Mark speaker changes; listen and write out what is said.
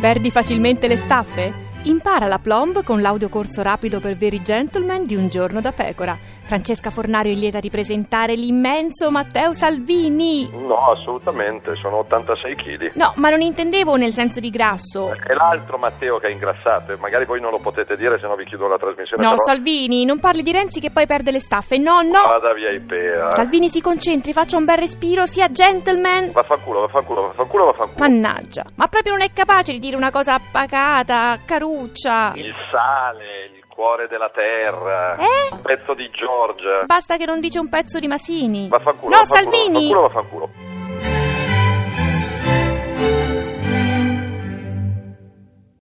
Speaker 1: Perdi facilmente le staffe? Impara la plomb con l'audiocorso rapido per veri gentleman di un giorno da pecora. Francesca Fornario è lieta di presentare l'immenso Matteo Salvini.
Speaker 2: No, assolutamente, sono 86 kg.
Speaker 1: No, ma non intendevo nel senso di grasso.
Speaker 2: È l'altro Matteo che ha ingrassato, e magari voi non lo potete dire, se no vi chiudo la trasmissione.
Speaker 1: No,
Speaker 2: però-
Speaker 1: Salvini, non parli di Renzi che poi perde le staffe. No, no.
Speaker 2: Vada via i eh. pera.
Speaker 1: Salvini si concentri, faccia un bel respiro, sia gentleman.
Speaker 2: Vaffanculo, vaffanculo, vaffanculo, vaffanculo.
Speaker 1: Mannaggia, ma proprio non è capace di dire una cosa pacata, caruccia.
Speaker 2: Il sale, il cuore della terra.
Speaker 1: Eh?
Speaker 2: Un pezzo di Giorgia.
Speaker 1: Basta che non dice un pezzo di Masini.
Speaker 2: Vaffanculo,
Speaker 1: no,
Speaker 2: vaffanculo,
Speaker 1: Salvini!
Speaker 2: Vaffanculo, vaffanculo.